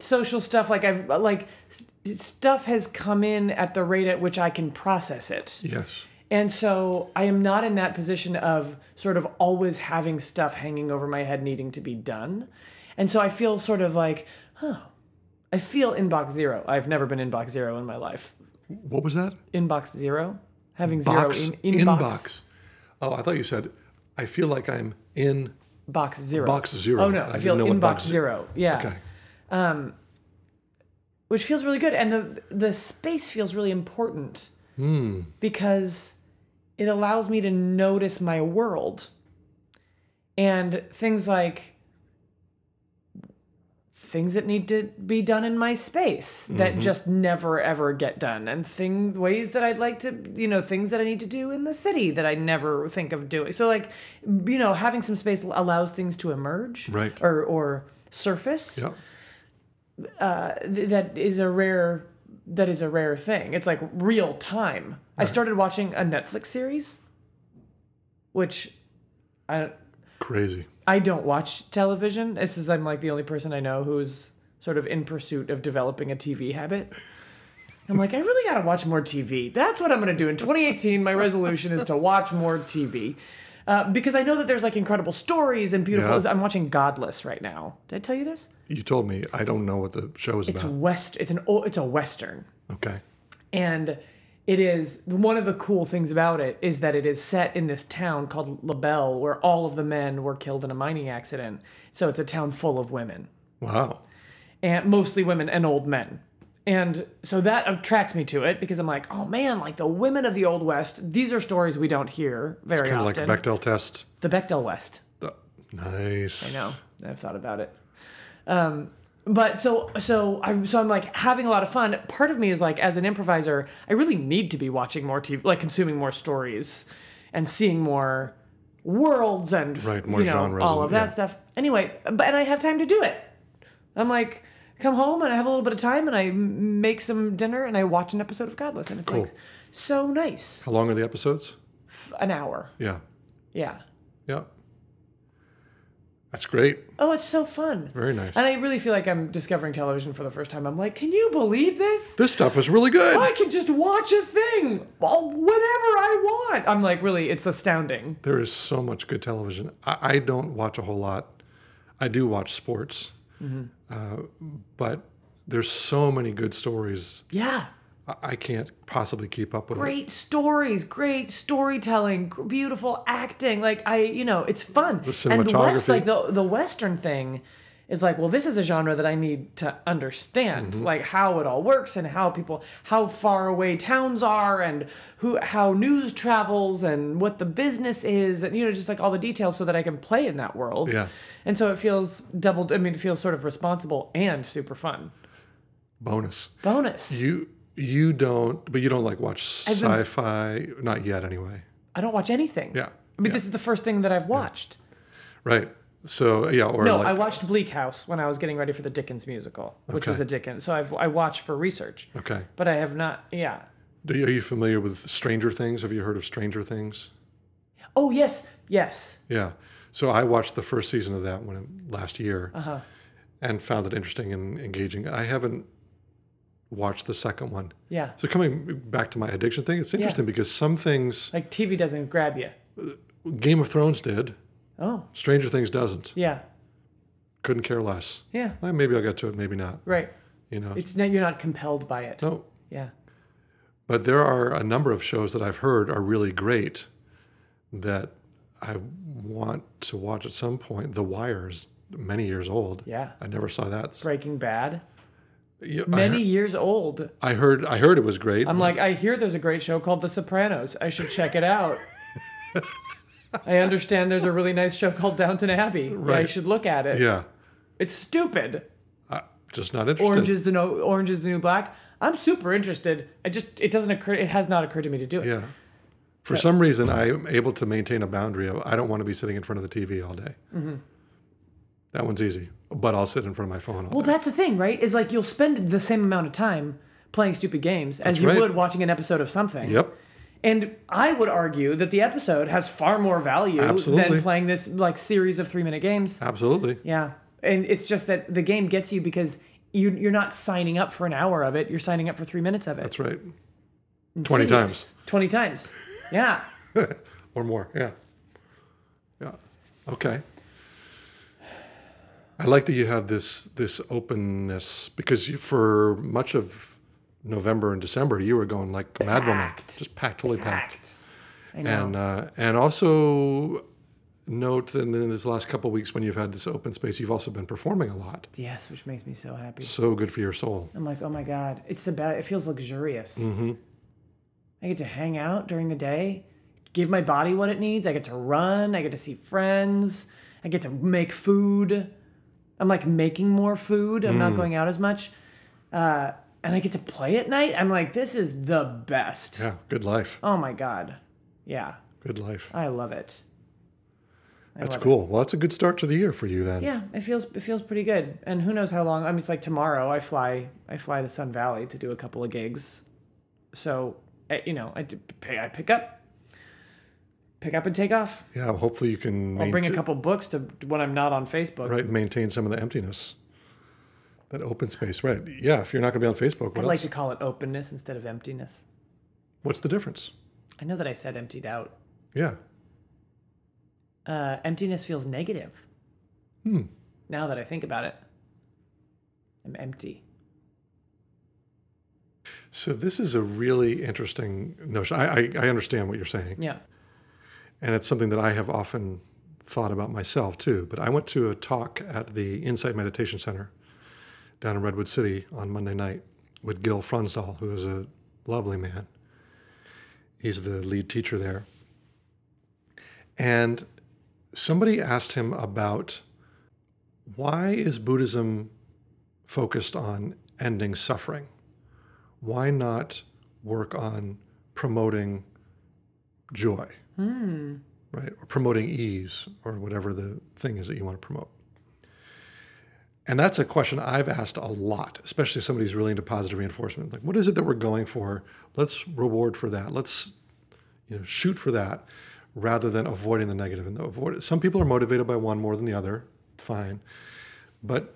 Speaker 2: social stuff like I've like s- stuff has come in at the rate at which I can process it.
Speaker 1: Yes.
Speaker 2: And so I am not in that position of sort of always having stuff hanging over my head needing to be done. And so I feel sort of like, oh, I feel inbox zero. I've never been inbox zero in my life.
Speaker 1: What was that?
Speaker 2: Inbox zero? Having
Speaker 1: Box
Speaker 2: zero in inbox.
Speaker 1: inbox. Oh, I thought you said I feel like I'm in
Speaker 2: Box zero.
Speaker 1: box zero.
Speaker 2: Oh no,
Speaker 1: And
Speaker 2: I,
Speaker 1: didn't
Speaker 2: feel
Speaker 1: know what
Speaker 2: inbox
Speaker 1: box ze-
Speaker 2: zero. Yeah.
Speaker 1: Okay.
Speaker 2: which feels really good and the the space feels really important
Speaker 1: Hmm.
Speaker 2: because it allows me to notice my world and things like things that need to be done in my space that
Speaker 1: Mm-hmm.
Speaker 2: just never ever get done and things ways that I'd like to you know things that I need to do in the city that I never think of doing so like you know having some space allows things to emerge
Speaker 1: Right.
Speaker 2: or or surface
Speaker 1: Yeah.
Speaker 2: th- that is a rare that is a rare thing. It's like real time. I started watching a Netflix series, which I
Speaker 1: Crazy.
Speaker 2: I don't watch television. This is I'm like the only person I know who's sort of in pursuit of developing a TV habit. I'm like, I really gotta watch more TV. That's what I'm gonna do in 2018. My resolution is to watch more TV. Uh, because I know that there's like incredible stories and beautiful.
Speaker 1: Yeah.
Speaker 2: I'm watching Godless right now. Did I tell you this?
Speaker 1: You told me I don't know what the show is
Speaker 2: It's
Speaker 1: about.
Speaker 2: west. It's an o- it's a western.
Speaker 1: Okay.
Speaker 2: And it is one of the cool things about it is that it is set in this town called La Belle, where all of the men were killed in a mining accident. So it's a town full of women,
Speaker 1: Wow.
Speaker 2: and mostly women and old men. And so that attracts me to it because I'm like, oh man, like the women of the old west. These are stories we don't hear very
Speaker 1: Kind of like
Speaker 2: often.
Speaker 1: a Bechdel test.
Speaker 2: the Bechdel West.
Speaker 1: Uh, Nice.
Speaker 2: I know. I've thought about it. Um, but so so I'm so I'm like having a lot of fun. Part of me is like, as an improviser, I really need to be watching more TV, like consuming more stories, and seeing more worlds and
Speaker 1: Right, more
Speaker 2: you know,
Speaker 1: genres
Speaker 2: all
Speaker 1: and-
Speaker 2: of that
Speaker 1: yeah.
Speaker 2: stuff. Anyway, but and I have time to do it. I'm like, come home and I have a little bit of time and I m- make some dinner and I watch an episode of Godless and it's
Speaker 1: Cool.
Speaker 2: like so nice.
Speaker 1: How long are the episodes?
Speaker 2: An hour,
Speaker 1: Yeah.
Speaker 2: yeah.
Speaker 1: Yeah. That's great.
Speaker 2: Oh, it's so fun.
Speaker 1: Very nice.
Speaker 2: And I really feel like I'm discovering television for the first time. I'm like, can you believe this?
Speaker 1: This stuff is really good.
Speaker 2: I can just watch a thing all- whenever I want. I'm like, really, it's astounding.
Speaker 1: There is so much good television. I, I don't watch a whole lot. I do watch sports,
Speaker 2: Mm-hmm.
Speaker 1: uh, but there's so many good stories.
Speaker 2: Yeah.
Speaker 1: I, I can't possibly keep up with it.
Speaker 2: Great stories, great storytelling, gr- beautiful acting. Like I, you know, it's fun. And the West,
Speaker 1: cinematography.
Speaker 2: like the the Western thing is like, well, this is a genre that I need to understand,
Speaker 1: Mm-hmm.
Speaker 2: like how it all works and how people, how far away towns are, and who, how news travels, and what the business is, and you know, just like all the details, so that I can play in that world.
Speaker 1: Yeah.
Speaker 2: And so it feels doubled. I mean, it feels sort of responsible and super fun.
Speaker 1: Bonus.
Speaker 2: Bonus.
Speaker 1: You you don't, but you don't like watch
Speaker 2: I've been-
Speaker 1: sci-fi. Not yet, anyway.
Speaker 2: I don't watch anything.
Speaker 1: Yeah.
Speaker 2: I mean,
Speaker 1: Yeah.
Speaker 2: this is the first thing that I've watched.
Speaker 1: Right. So yeah, or
Speaker 2: No,
Speaker 1: like
Speaker 2: I watched Bleak House when I was getting ready for the Dickens musical, which
Speaker 1: Okay.
Speaker 2: was a Dickens. So I've I watched for research,
Speaker 1: okay.
Speaker 2: but I have not. Yeah.
Speaker 1: Do you, are you familiar with Stranger Things? Have you heard of Stranger Things?
Speaker 2: Oh yes, yes.
Speaker 1: Yeah. So I watched the first season of that one last year and found it interesting and engaging. I haven't watched the second one.
Speaker 2: Yeah.
Speaker 1: So coming back to my addiction thing, it's interesting because some things
Speaker 2: Like TV doesn't grab you.
Speaker 1: Game of Thrones did,
Speaker 2: Oh
Speaker 1: Stranger Things doesn't.
Speaker 2: yeah,
Speaker 1: Couldn't care less.
Speaker 2: yeah.
Speaker 1: Well, maybe I'll get to it, maybe not.
Speaker 2: Right.
Speaker 1: You know.
Speaker 2: It's not you're not compelled by it.
Speaker 1: no.
Speaker 2: Yeah.
Speaker 1: But there are a number of shows that I've heard are really great that I want to watch at some point. The Wire's many years old.
Speaker 2: Yeah.
Speaker 1: I never saw that.
Speaker 2: Breaking Bad,
Speaker 1: Yeah, I
Speaker 2: many years old.
Speaker 1: I heard I heard it was great.
Speaker 2: I'm like, I hear there's a great show called The Sopranos. I should check it out. I understand there's a really nice show called Downton Abbey. I
Speaker 1: Right.
Speaker 2: should look at it.
Speaker 1: yeah,
Speaker 2: It's stupid.
Speaker 1: I, just not interested.
Speaker 2: Orange is the no, Orange is the New Black. I'm super interested. I just it doesn't occur. It has not occurred to me to do it.
Speaker 1: Yeah. For some reason, I am able to maintain a boundary of I don't want to be sitting in front of the TV all day.
Speaker 2: Mm-hmm.
Speaker 1: That one's easy, but I'll sit in front of my phone all
Speaker 2: Well,
Speaker 1: day.
Speaker 2: that's the thing, right? Is like you'll spend the same amount of time playing stupid games as you
Speaker 1: right.
Speaker 2: would watching an episode of something.
Speaker 1: Yep.
Speaker 2: And I would argue that the episode has far more value
Speaker 1: Absolutely.
Speaker 2: than playing this like series of three minute games.
Speaker 1: Absolutely.
Speaker 2: Yeah, and it's just that the game gets you because you you're not signing up for an hour of it. You're signing up for three minutes of it.
Speaker 1: That's right. 20 times
Speaker 2: Twenty times. Yeah.
Speaker 1: or more. Yeah. Yeah. Okay. I like that you have this this openness because you, for much of November and December, you were going like a mad woman,
Speaker 2: Packed.
Speaker 1: just packed, totally packed.
Speaker 2: Act. I know.
Speaker 1: and uh, and also note that in this last couple of weeks when you've had this open space you've also been performing a lot
Speaker 2: yes, which makes me so happy.
Speaker 1: so good for your soul
Speaker 2: I'm like, oh my god, it's the best. It feels luxurious. I get to hang out during the day, give my body what it needs. I get to run. I get to see friends. I get to make food. I'm like making more food. I'm not going out as much, uh, and I get to play at night. I'm like, this is the best.
Speaker 1: yeah good life
Speaker 2: Oh my god, yeah,
Speaker 1: good life
Speaker 2: I love it.
Speaker 1: that's cool well that's a good start to the year for you then
Speaker 2: Yeah, it feels it feels pretty good. And who knows how long? I mean, it's like tomorrow. I fly I fly to Sun Valley to do a couple of gigs, so I, you know I d- pay I pick up, pick up and take off.
Speaker 1: Yeah, hopefully you can
Speaker 2: I'll bring a
Speaker 1: maintain-
Speaker 2: couple books to when I'm not on Facebook.
Speaker 1: right maintain some of the emptiness that open space right yeah if you're not going to be on facebook what
Speaker 2: I'd like
Speaker 1: else?
Speaker 2: to call it openness instead of emptiness.
Speaker 1: what's the difference
Speaker 2: I know that I said emptied out.
Speaker 1: yeah
Speaker 2: uh, emptiness feels negative.
Speaker 1: Hmm.
Speaker 2: Now that I think about it, I'm empty.
Speaker 1: So this is a really interesting notion. I, I, I understand what you're saying.
Speaker 2: Yeah.
Speaker 1: and it's something that I have often thought about myself too. But I went to a talk at the Insight Meditation Center down in Redwood City on Monday night with Gil Fronsdahl, who is a lovely man. He's the lead teacher there. And somebody asked him about why is Buddhism focused on ending suffering? Why not work on promoting joy? right? Or promoting ease or whatever the thing is that you want to promote. And that's a question I've asked a lot, especially if somebody's really into positive reinforcement. Like, what is it that we're going for? Let's reward for that. Let's, you know, shoot for that rather than avoiding the negative and the avoid some people are motivated by one more than the other. Fine. But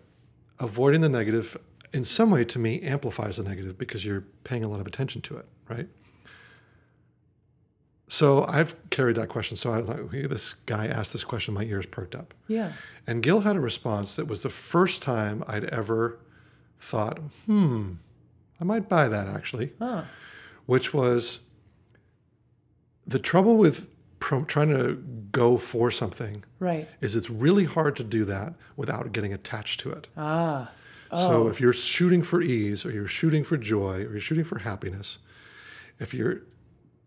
Speaker 1: avoiding the negative in some way to me amplifies the negative because you're paying a lot of attention to it, right? So I've carried that question. So I was like, "Hey, this guy asked this question, my ears perked up.
Speaker 2: Yeah.
Speaker 1: And Gil had a response that was the first time I'd ever thought, hmm, I might buy that actually,
Speaker 2: Huh.
Speaker 1: which was the trouble with pro- trying to go for something
Speaker 2: Right.
Speaker 1: is it's really hard to do that without getting attached to it.
Speaker 2: Ah.
Speaker 1: So if you're shooting for ease or you're shooting for joy or you're shooting for happiness, if you're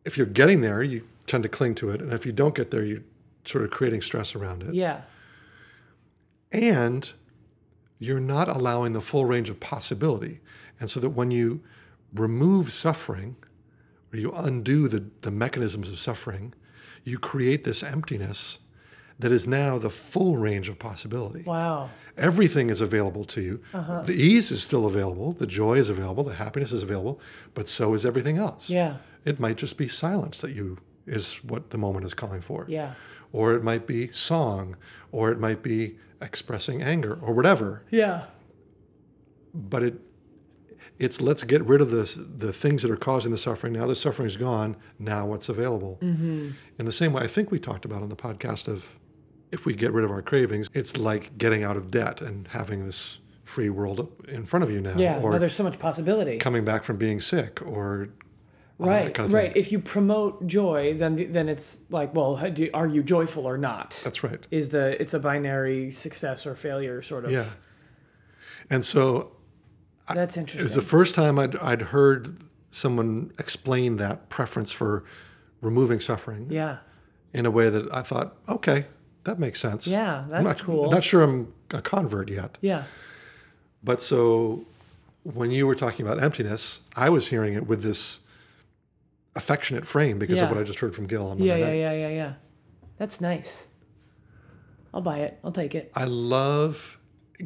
Speaker 1: if you're getting there, you tend to cling to it. And if you don't get there, you're sort of creating stress around it.
Speaker 2: Yeah.
Speaker 1: And you're not allowing the full range of possibility. And so that when you remove suffering or you undo the, the mechanisms of suffering, you create this emptiness that is now the full range of possibility
Speaker 2: Wow.
Speaker 1: everything is available to you.
Speaker 2: Uh-huh.
Speaker 1: The ease is still available, the joy is available, the happiness is available, but so is everything else.
Speaker 2: Yeah.
Speaker 1: It might just be silence that you is what the moment is calling for.
Speaker 2: Yeah.
Speaker 1: Or it might be song, or it might be expressing anger or whatever.
Speaker 2: Yeah.
Speaker 1: But it it's let's get rid of this the things that are causing the suffering. Now the suffering's gone, now what's available.
Speaker 2: Mm-hmm.
Speaker 1: In the same way I think we talked about on the podcast of if we get rid of our cravings, it's like getting out of debt and having this free world in front of you now,
Speaker 2: Yeah.
Speaker 1: Uh, or
Speaker 2: well, there's so much possibility.
Speaker 1: coming back from being sick, or all that
Speaker 2: right.
Speaker 1: kind of thing.
Speaker 2: right. If you promote joy, then then it's like, well, how do, are you joyful or not?
Speaker 1: That's right.
Speaker 2: Is the it's a binary success or failure sort of?
Speaker 1: Yeah. And so
Speaker 2: That's
Speaker 1: it was
Speaker 2: interesting.
Speaker 1: the first time I'd, I'd heard someone explain that preference for removing suffering
Speaker 2: yeah.
Speaker 1: in a way that I thought, okay, that makes sense.
Speaker 2: Yeah. That's
Speaker 1: I'm not,
Speaker 2: cool.
Speaker 1: Not sure I'm a convert yet.
Speaker 2: yeah.
Speaker 1: But so when you were talking about emptiness, I was hearing it with this affectionate frame because
Speaker 2: Yeah.
Speaker 1: of what I just heard from Gil on Monday
Speaker 2: Yeah. Yeah.
Speaker 1: night.
Speaker 2: Yeah. Yeah. Yeah. That's nice. I'll buy it. I'll take it.
Speaker 1: I love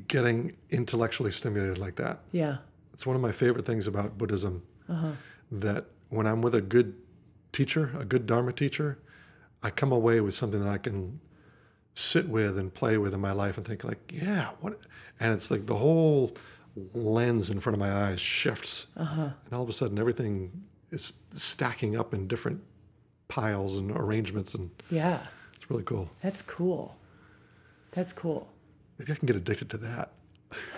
Speaker 1: getting intellectually stimulated like that.
Speaker 2: Yeah.
Speaker 1: It's one of my favorite things about Buddhism that when I'm with a good teacher, a good Dharma teacher, I come away with something that I can sit with and play with in my life and think like, yeah, what? And it's like the whole lens in front of my eyes shifts, and all of a sudden everything is stacking up in different piles and arrangements, and
Speaker 2: Yeah.
Speaker 1: it's really cool.
Speaker 2: That's cool. That's cool.
Speaker 1: Maybe I can get addicted to that.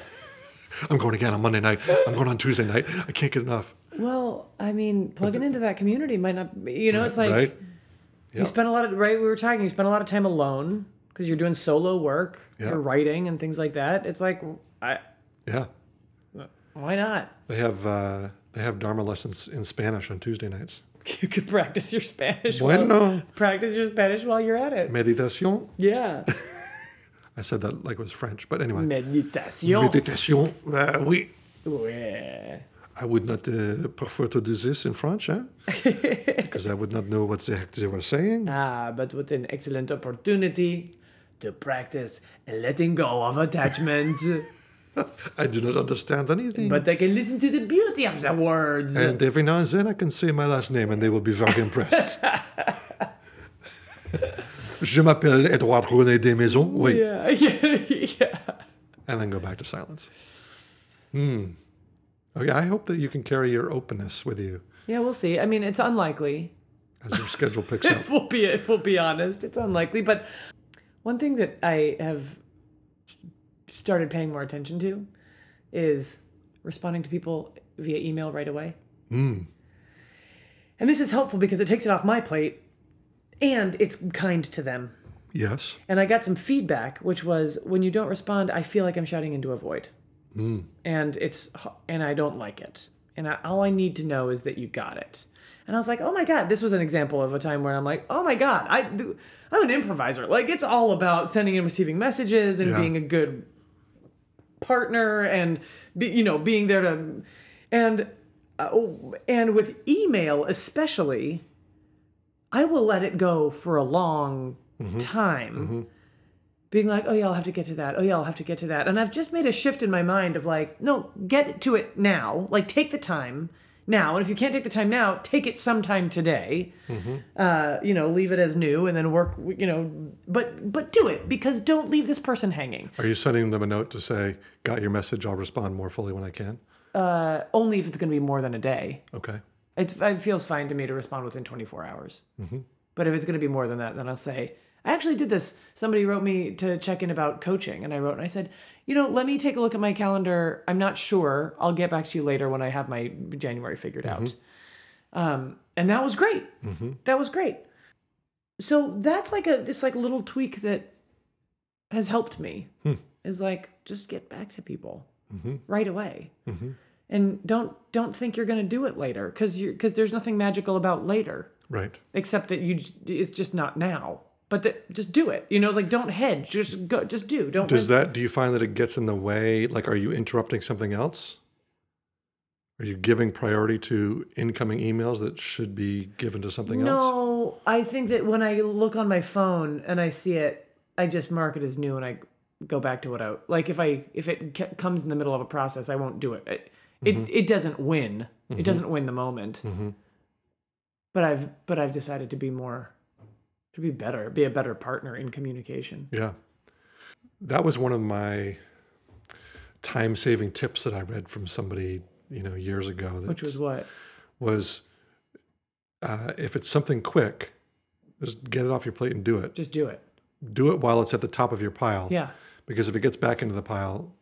Speaker 1: I'm going again on Monday night. I'm going on Tuesday night. I can't get enough.
Speaker 2: Well, I mean, plugging into that community might not, be, you know, it's like
Speaker 1: right?
Speaker 2: you spend a lot of, right? We were talking, you spend a lot of time alone because you're doing solo work,
Speaker 1: Yeah.
Speaker 2: you're writing and things like that. It's like, I,
Speaker 1: Yeah.
Speaker 2: why not?
Speaker 1: They have uh, they have Dharma lessons in Spanish on Tuesday nights.
Speaker 2: You could practice your Spanish. While,
Speaker 1: Bueno,
Speaker 2: practice your Spanish while you're at it.
Speaker 1: meditación.
Speaker 2: Yeah.
Speaker 1: I said that like it was French, but anyway.
Speaker 2: Meditación.
Speaker 1: Meditation. Uh, oui.
Speaker 2: Yeah.
Speaker 1: I would not uh, prefer to do this in French, huh? because I would not know what the heck they were saying.
Speaker 2: Ah, but what an excellent opportunity to practice letting go of attachment.
Speaker 1: I do not understand anything.
Speaker 2: but I can listen to the beauty of the words.
Speaker 1: and every now and then I can say my last name and they will be very impressed. Je m'appelle Edouard Rounet des Maisons. Oui.
Speaker 2: Yeah, yeah.
Speaker 1: and then go back to silence. Hmm. Okay, I hope that you can carry your openness with you
Speaker 2: Yeah, we'll see. I mean, it's unlikely.
Speaker 1: as your schedule picks up.
Speaker 2: If we'll be if we'll be honest, it's unlikely. But One thing that I have started paying more attention to is responding to people via email right away. And this is helpful because it takes it off my plate and it's kind to them.
Speaker 1: Yes.
Speaker 2: And I got some feedback, which was when you don't respond, I feel like I'm shouting into a void, and it's h- and I don't like it. And I, all I need to know is that you got it. And I was like, oh my god, this was an example of a time where I'm like, oh my god, I do- I'm an improviser. Like it's all about sending and receiving messages and
Speaker 1: Yeah.
Speaker 2: being a good partner and be, you know being there to and uh, oh, and with email especially I will let it go for a long time. Being like, oh yeah, I'll have to get to that. Oh yeah, I'll have to get to that. And I've just made a shift in my mind of like, no, get to it now. Like, take the time now. And if you can't take the time now, take it sometime today. Uh, you know, leave it as new and then work. You know, but but do it because don't leave this person hanging.
Speaker 1: Are you sending them a note to say, got your message? I'll respond more fully when I can?
Speaker 2: Only if it's going to be more than a day.
Speaker 1: Okay.
Speaker 2: It's, it feels fine to me to respond within 24 hours. But if it's going to be more than that, then I'll say, I actually did this. Somebody wrote me to check in about coaching, and I wrote and I said, you know, let me take a look at my calendar. I'm not sure. I'll get back to you later when I have my January figured out. Um, and that was great. That was great. So that's like a this like little tweak that has helped me is like just get back to people right away and don't don't think you're going to do it later because you because there's nothing magical about later
Speaker 1: Right.
Speaker 2: except that you j- it's just not now but that just do it you know like don't hedge just go just do don't
Speaker 1: Does that, do you find that it gets in the way? Like, are you interrupting something else? Are you giving priority to incoming emails that should be given to something else?
Speaker 2: no i think that when i look on my phone and i see it i just mark it as new and i go back to what i like if i if it c- comes in the middle of a process i won't do it it it, it doesn't win it doesn't win the moment but i've but i've decided to be more to be better be a better partner in communication
Speaker 1: Yeah. That was one of my time saving tips that I read from somebody, you know, years ago. That
Speaker 2: Which was what?
Speaker 1: was uh, if it's something quick, just get it off your plate and do it.
Speaker 2: Just do it.
Speaker 1: Do it while it's at the top of your pile.
Speaker 2: Yeah.
Speaker 1: Because if it gets back into the pile,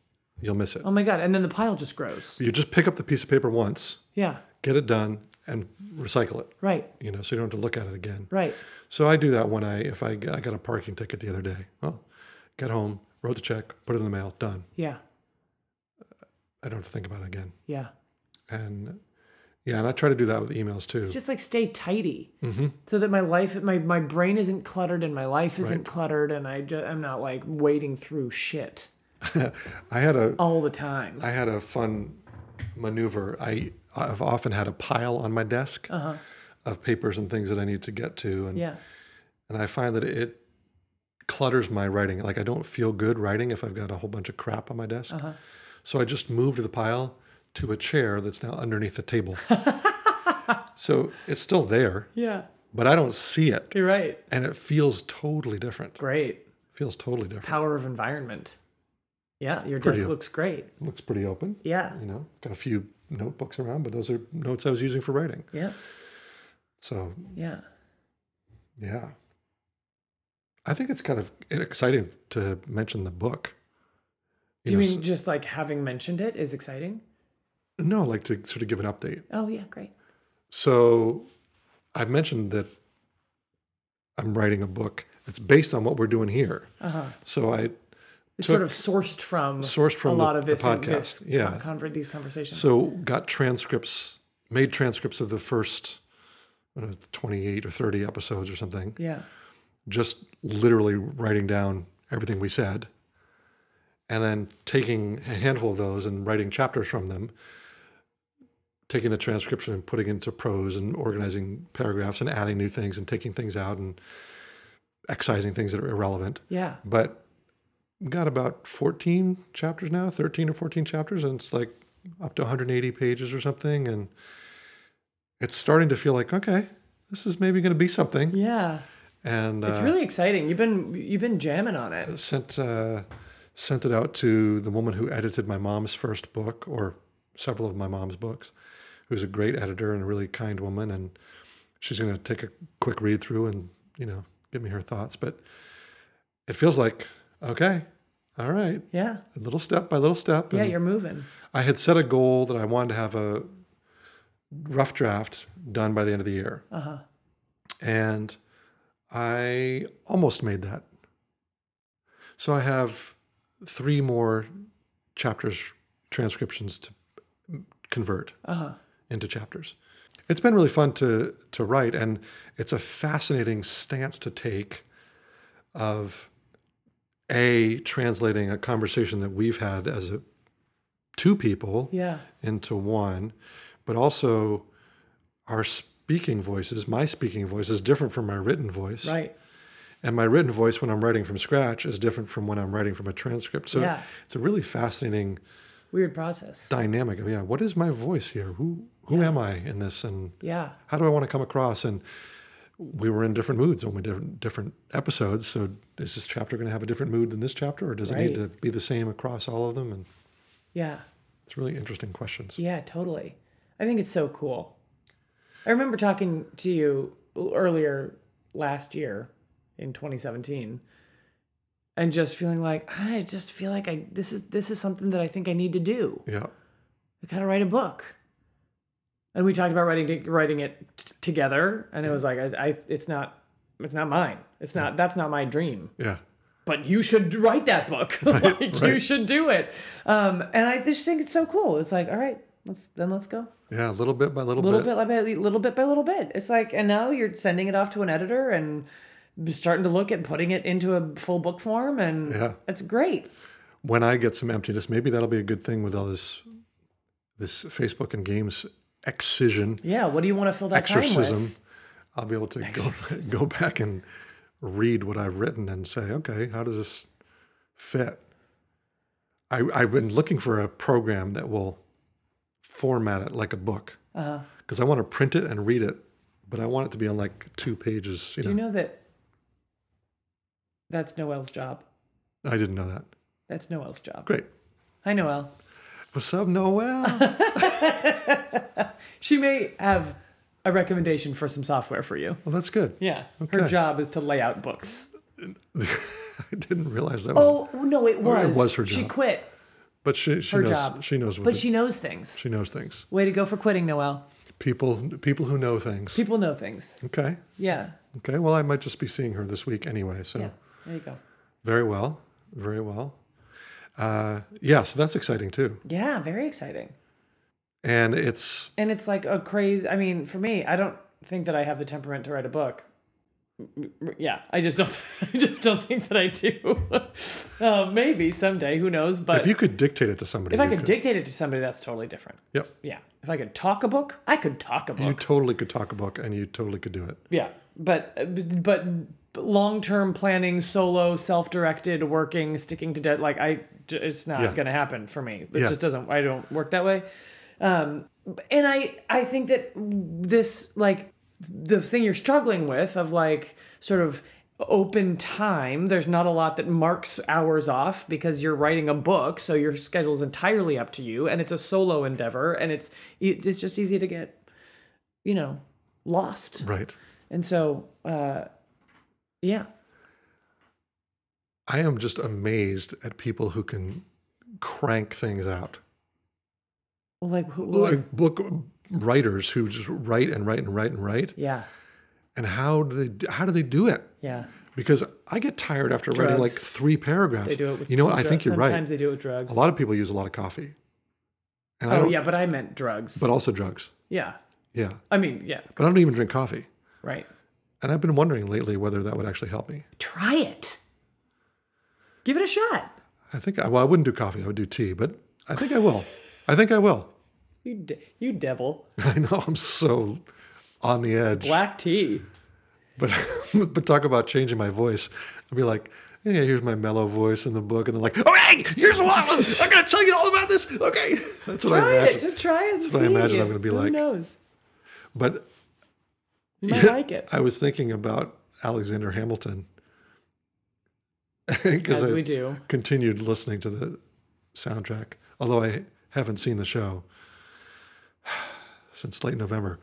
Speaker 1: you'll miss it.
Speaker 2: Oh my God. And then the pile just grows.
Speaker 1: You just pick up the piece of paper once,
Speaker 2: Yeah.
Speaker 1: get it done, and recycle it.
Speaker 2: Right.
Speaker 1: You know, so you don't have to look at it again.
Speaker 2: Right.
Speaker 1: So I do that when I if I, g- I got a parking ticket the other day. Well, get home, wrote the check, put it in the mail, done.
Speaker 2: Yeah.
Speaker 1: I don't have to think about it again.
Speaker 2: Yeah.
Speaker 1: And yeah, and I try to do that with emails too.
Speaker 2: Just like stay tidy so that my life, my, my brain isn't cluttered and my life isn't
Speaker 1: Right.
Speaker 2: cluttered and I just, I'm not like wading through shit
Speaker 1: I had a
Speaker 2: all the time.
Speaker 1: I had a fun maneuver. I I've often had a pile on my desk of papers and things that I need to get to, and
Speaker 2: Yeah.
Speaker 1: and I find that it clutters my writing. Like I don't feel good writing if I've got a whole bunch of crap on my desk. So I just moved the pile to a chair that's now underneath the table. so it's still there,
Speaker 2: Yeah.
Speaker 1: but I don't see it,
Speaker 2: You're right.
Speaker 1: and it feels totally different.
Speaker 2: Great.
Speaker 1: feels totally different.
Speaker 2: Power of environment. Yeah. Your
Speaker 1: Pretty
Speaker 2: desk
Speaker 1: up.
Speaker 2: looks great.
Speaker 1: Looks pretty open.
Speaker 2: Yeah.
Speaker 1: You know, got a few notebooks around, but those are notes I was using for writing.
Speaker 2: Yeah.
Speaker 1: So
Speaker 2: Yeah.
Speaker 1: Yeah. I think it's kind of exciting to mention the book.
Speaker 2: Do you
Speaker 1: know,
Speaker 2: mean just like having mentioned it is exciting?
Speaker 1: s- no, like to sort of give an update.
Speaker 2: Oh, yeah. Great.
Speaker 1: So I mentioned that I'm writing a book. It's based on what we're doing here. Uh-huh. So I
Speaker 2: It's
Speaker 1: took-
Speaker 2: sort of sourced from
Speaker 1: Sourced from
Speaker 2: a
Speaker 1: the-
Speaker 2: lot of
Speaker 1: the
Speaker 2: this this
Speaker 1: podcast, yeah.
Speaker 2: conver- these conversations.
Speaker 1: so got transcripts, made transcripts of the first I don't know, 28 or 30 episodes or something.
Speaker 2: yeah,
Speaker 1: just literally writing down everything we said and then taking a handful of those and writing chapters from them taking the transcription and putting into prose and organizing paragraphs and adding new things and taking things out and excising things that are irrelevant
Speaker 2: yeah,
Speaker 1: but got about 14 chapters now 13 or 14 chapters and it's like up to 180 pages or something and it's starting to feel like okay this is maybe going to be something
Speaker 2: yeah.
Speaker 1: and
Speaker 2: It's
Speaker 1: uh,
Speaker 2: really exciting. You've been you've been jamming on it.
Speaker 1: sent uh, sent it out to the woman who edited my mom's first book or several of my mom's books, who's a great editor and a really kind woman, and she's going to take a quick read through and you know give me her thoughts. But it feels like okay, all right,
Speaker 2: Yeah.
Speaker 1: little step by little step.
Speaker 2: Yeah,
Speaker 1: and-
Speaker 2: you're moving.
Speaker 1: I had set a goal that I wanted to have a rough draft done by the end of the year.
Speaker 2: Uh-huh.
Speaker 1: And I almost made that. So I have three more chapters, transcriptions to convert
Speaker 2: Uh-huh.
Speaker 1: into chapters. It's been really fun to, to write, and it's a fascinating stance to take of A, translating a conversation that we've had as a two people
Speaker 2: Yeah.
Speaker 1: into one, but also our speaking voices, my speaking voice is different from my written voice.
Speaker 2: Right.
Speaker 1: And my written voice when I'm writing from scratch is different from when I'm writing from a transcript. So
Speaker 2: Yeah.
Speaker 1: it's a really fascinating
Speaker 2: Weird process.
Speaker 1: dynamic of yeah, what is my voice here? Who who am I in this and
Speaker 2: Yeah.
Speaker 1: how do I want to come across? And we were in different moods when we did different episodes. So is this chapter going to have a different mood than this chapter or does it need to
Speaker 2: Right.
Speaker 1: be the same across all of them? And
Speaker 2: Yeah.
Speaker 1: it's really interesting questions.
Speaker 2: Yeah, totally. I think it's so cool. I remember talking to you earlier last year in 2017 and just feeling like I just feel like I this is this is something that I think I need to do.
Speaker 1: Yeah.
Speaker 2: I gotta write a book. And we talked about writing writing it t- together, and it was like I, I it's not it's not mine. It's not that's not my dream.
Speaker 1: Yeah.
Speaker 2: But you should write that book. like you
Speaker 1: right.
Speaker 2: should do it. Um, and I just think it's so cool. It's like all right, let's then let's go
Speaker 1: Yeah. Little bit by little,
Speaker 2: little
Speaker 1: bit.
Speaker 2: bit by little bit by little bit. It's like and now you're sending it off to an editor and starting to look at putting it into a full book form, and
Speaker 1: Yeah.
Speaker 2: it's great.
Speaker 1: when I get some emptiness, maybe that'll be a good thing with all this this Facebook and games excision,
Speaker 2: Yeah. What do you want to fill that time with?
Speaker 1: exorcism. I'll be able to go, go back and read what I've written and say, okay, how does this fit? I, I've been looking for a program that will format it like a book
Speaker 2: Uh-huh.
Speaker 1: because I want to print it and read it, but I want it to be on like two pages. You know,
Speaker 2: Do you know that? That's Noel's job.
Speaker 1: I didn't know that.
Speaker 2: That's Noel's job.
Speaker 1: Great.
Speaker 2: Hi, Noel.
Speaker 1: What's up, Noel?
Speaker 2: She may have a recommendation for some software for you.
Speaker 1: well, that's good.
Speaker 2: Yeah. Her
Speaker 1: Okay.
Speaker 2: job is to lay out books.
Speaker 1: I didn't realize that was.
Speaker 2: Oh no, it was.
Speaker 1: was her
Speaker 2: She
Speaker 1: job.
Speaker 2: quit
Speaker 1: But she she
Speaker 2: her
Speaker 1: knows
Speaker 2: job.
Speaker 1: she knows what
Speaker 2: But
Speaker 1: to-
Speaker 2: she knows things.
Speaker 1: she knows things.
Speaker 2: Way to go for quitting, Noel.
Speaker 1: People people who know things.
Speaker 2: People know things.
Speaker 1: Okay.
Speaker 2: Yeah.
Speaker 1: Okay. Well, I might just be seeing her this week anyway. So
Speaker 2: Yeah. There you go.
Speaker 1: very well, very well. Uh, yeah. So that's exciting too,
Speaker 2: Yeah, very exciting.
Speaker 1: and it's
Speaker 2: And it's like a crazy. I mean, for me, I don't think that I have the temperament to write a book. M- m- Yeah, I just don't. I just don't think that I do. uh, maybe someday, who knows? But
Speaker 1: if you could dictate it to somebody.
Speaker 2: If I
Speaker 1: you
Speaker 2: could dictate it to somebody, that's totally different.
Speaker 1: Yep.
Speaker 2: Yeah. If I could talk a book, I could talk a
Speaker 1: You
Speaker 2: book.
Speaker 1: totally could talk a book, and you totally could do it.
Speaker 2: yeah. But but long term planning, solo, self directed, working, sticking to debt, like I, j- it's not
Speaker 1: Yeah.
Speaker 2: going to happen for me. It
Speaker 1: Yeah.
Speaker 2: just doesn't. I don't work that way. Um, and I I think that this like the thing you're struggling with of like sort of open time there's not a lot that marks hours off because you're writing a book so your schedule is entirely up to you and it's a solo endeavor and it's it- it's just easy to get you know lost
Speaker 1: Right.
Speaker 2: and so uh yeah
Speaker 1: I am just amazed at people who can crank things out.
Speaker 2: well like, who,
Speaker 1: Like book writers who just write and write and write and write.
Speaker 2: yeah
Speaker 1: And how do they how do they do it?
Speaker 2: yeah
Speaker 1: because I get tired after writing like
Speaker 2: Drugs.
Speaker 1: three paragraphs.
Speaker 2: they do it with
Speaker 1: you know what? I
Speaker 2: drugs.
Speaker 1: think you're right.
Speaker 2: sometimes they do it with drugs
Speaker 1: A lot of people use a lot of coffee, and I
Speaker 2: oh
Speaker 1: don't,
Speaker 2: yeah but i meant drugs
Speaker 1: but also drugs.
Speaker 2: yeah
Speaker 1: Yeah,
Speaker 2: i mean yeah
Speaker 1: but I don't even drink coffee,
Speaker 2: right
Speaker 1: and I've been wondering lately whether that would actually help me.
Speaker 2: try it. Give it a shot.
Speaker 1: I think I, well, I wouldn't do coffee. I would do tea, but I think I will. I think I will.
Speaker 2: You de- you devil.
Speaker 1: I know I'm so on the edge,
Speaker 2: Black tea.
Speaker 1: but but talk about changing my voice. I'd be like. Yeah, here's my mellow voice in the book, and then like, all right, here's what I'm gonna tell you all about this. Okay, that's what I
Speaker 2: Try
Speaker 1: imagine.
Speaker 2: it. Just try it. and
Speaker 1: what I
Speaker 2: see.
Speaker 1: imagine I'm gonna be
Speaker 2: Who
Speaker 1: like.
Speaker 2: knows?
Speaker 1: But
Speaker 2: You might like it.
Speaker 1: I was thinking about Alexander Hamilton because
Speaker 2: As
Speaker 1: I
Speaker 2: we do.
Speaker 1: continued listening to the soundtrack, although I haven't seen the show since late November.